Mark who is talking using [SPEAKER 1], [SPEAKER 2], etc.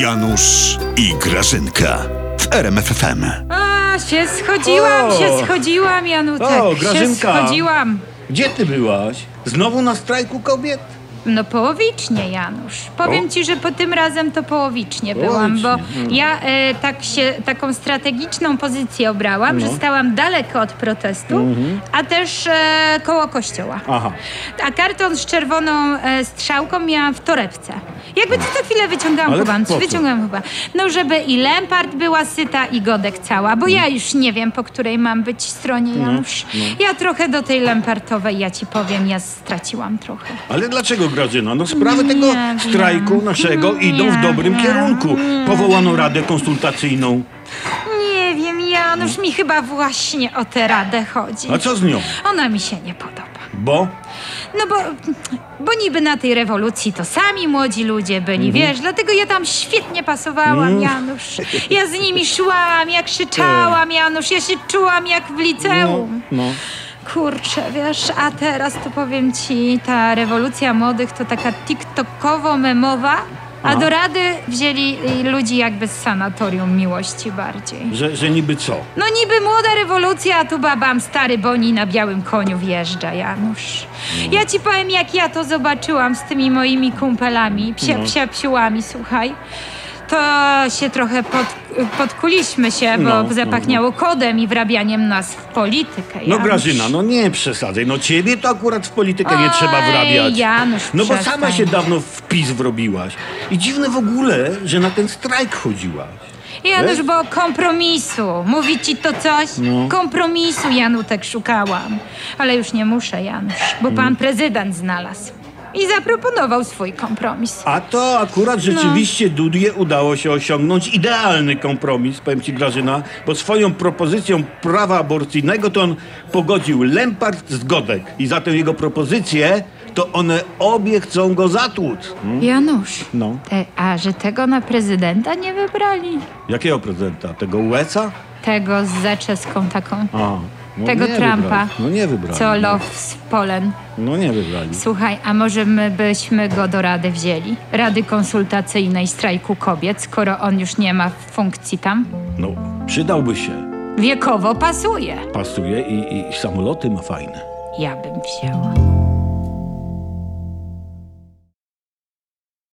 [SPEAKER 1] Janusz i Grażynka w RMFFM.
[SPEAKER 2] A, się schodziłam,
[SPEAKER 3] O!
[SPEAKER 2] się schodziłam, Janutek.
[SPEAKER 3] O,
[SPEAKER 2] się
[SPEAKER 3] Grażynka.
[SPEAKER 2] schodziłam.
[SPEAKER 3] Gdzie ty byłaś? Znowu na strajku kobiet?
[SPEAKER 2] No połowicznie, Janusz. Powiem ci, że po tym razem to połowicznie byłam, bo
[SPEAKER 3] Hmm.
[SPEAKER 2] ja e, tak się, taką strategiczną pozycję obrałam,
[SPEAKER 3] No.
[SPEAKER 2] że stałam daleko od protestu, a też e, koło kościoła.
[SPEAKER 3] Mhm. Aha.
[SPEAKER 2] A karton z czerwoną e, strzałką miałam w torebce. Jakby to co chwilę wyciągałam
[SPEAKER 3] Ale po
[SPEAKER 2] chyba,
[SPEAKER 3] co?
[SPEAKER 2] wyciągałam chyba. No żeby i Lempart była syta i Godek cała, bo ja już nie wiem, po której mam być stronie, Janusz. Ja trochę do tej Lempartowej, ja ci powiem, ja straciłam trochę.
[SPEAKER 3] Ale dlaczego Grażyna? No sprawy tego
[SPEAKER 2] wiem.
[SPEAKER 3] strajku naszego idą w dobrym
[SPEAKER 2] wiem.
[SPEAKER 3] kierunku. Powołano radę konsultacyjną.
[SPEAKER 2] Nie wiem, Janusz, mi chyba właśnie o tę radę chodzi.
[SPEAKER 3] A co z nią?
[SPEAKER 2] Ona mi się nie podoba.
[SPEAKER 3] Bo?
[SPEAKER 2] No bo, bo niby na tej rewolucji to sami młodzi ludzie
[SPEAKER 3] Mhm.
[SPEAKER 2] byli, wiesz, dlatego ja tam świetnie pasowałam, Janusz. Ja z nimi szłam, ja krzyczałam, Janusz, ja się czułam jak w
[SPEAKER 3] E. No,
[SPEAKER 2] liceum.
[SPEAKER 3] no.
[SPEAKER 2] Kurczę, wiesz, a teraz to powiem ci, ta rewolucja młodych to taka tiktokowo-memowa, a do rady wzięli y, ludzi jakby z sanatorium miłości bardziej.
[SPEAKER 3] Że, że niby co?
[SPEAKER 2] No niby młoda rewolucja, a tu babam stary Boni na białym koniu wjeżdża, Janusz. Ja ci powiem, jak ja to zobaczyłam z tymi moimi kumpelami, psia,
[SPEAKER 3] No.
[SPEAKER 2] psia psiłami, słuchaj. To się trochę pod, podkuliśmy się, bo
[SPEAKER 3] No, no,
[SPEAKER 2] zapachniało kodem i wrabianiem nas w politykę.
[SPEAKER 3] No
[SPEAKER 2] Janusz.
[SPEAKER 3] Grażyna, no nie przesadzaj. No ciebie to akurat w politykę nie trzeba
[SPEAKER 2] Oj,
[SPEAKER 3] wrabiać.
[SPEAKER 2] Janusz,
[SPEAKER 3] no bo
[SPEAKER 2] przestań.
[SPEAKER 3] sama się dawno w PiS wrobiłaś. I dziwne w ogóle, że na ten strajk chodziłaś.
[SPEAKER 2] Janusz,
[SPEAKER 3] Wiesz?
[SPEAKER 2] bo kompromisu. Mówi ci to coś?
[SPEAKER 3] No.
[SPEAKER 2] Kompromisu, Janutek, szukałam. Ale już nie muszę, Janusz, bo
[SPEAKER 3] Mm.
[SPEAKER 2] pan prezydent znalazł. I zaproponował swój kompromis.
[SPEAKER 3] A to
[SPEAKER 2] No.
[SPEAKER 3] akurat rzeczywiście Dudzie udało się osiągnąć idealny kompromis, powiem ci Grażyna, bo swoją propozycją prawa aborcyjnego to on pogodził Lempart z Godek i zatem jego propozycje to one obie chcą go zatłuc.
[SPEAKER 2] Janusz,
[SPEAKER 3] Mm. No.
[SPEAKER 2] te, a że tego na prezydenta nie wybrali?
[SPEAKER 3] Jakiego prezydenta? Tego USA?
[SPEAKER 2] Tego z zaczeską taką.
[SPEAKER 3] A, no
[SPEAKER 2] Tego
[SPEAKER 3] nie
[SPEAKER 2] Trumpa.
[SPEAKER 3] Wybrali. No nie wybrali.
[SPEAKER 2] Co
[SPEAKER 3] no.
[SPEAKER 2] love z Polen.
[SPEAKER 3] no nie wybrali.
[SPEAKER 2] Słuchaj, a może my byśmy go do rady wzięli? Rady konsultacyjnej strajku kobiet, skoro on już nie ma funkcji tam?
[SPEAKER 3] No przydałby się.
[SPEAKER 2] Wiekowo pasuje.
[SPEAKER 3] Pasuje i, i samoloty ma fajne.
[SPEAKER 2] Ja bym wzięła.